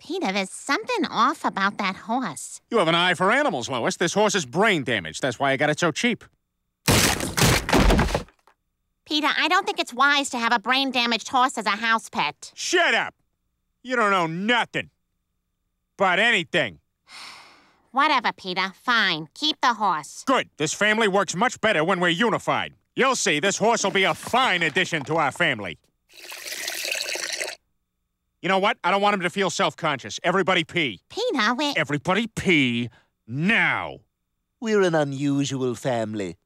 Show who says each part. Speaker 1: Peter, there's something off about that horse.
Speaker 2: You have an eye for animals, Lois. This horse is brain damaged. That's why I got it so cheap.
Speaker 1: Peter, I don't think it's wise to have a brain damaged horse as a house pet.
Speaker 2: Shut up! You don't know nothing about anything.
Speaker 1: Whatever, Peter. Fine. Keep the horse.
Speaker 2: Good. This family works much better when we're unified. You'll see, this horse will be a fine addition to our family. You know what? I don't want him to feel self conscious. Everybody pee.
Speaker 1: Peter, we're.
Speaker 2: Everybody pee now.
Speaker 3: We're an unusual family.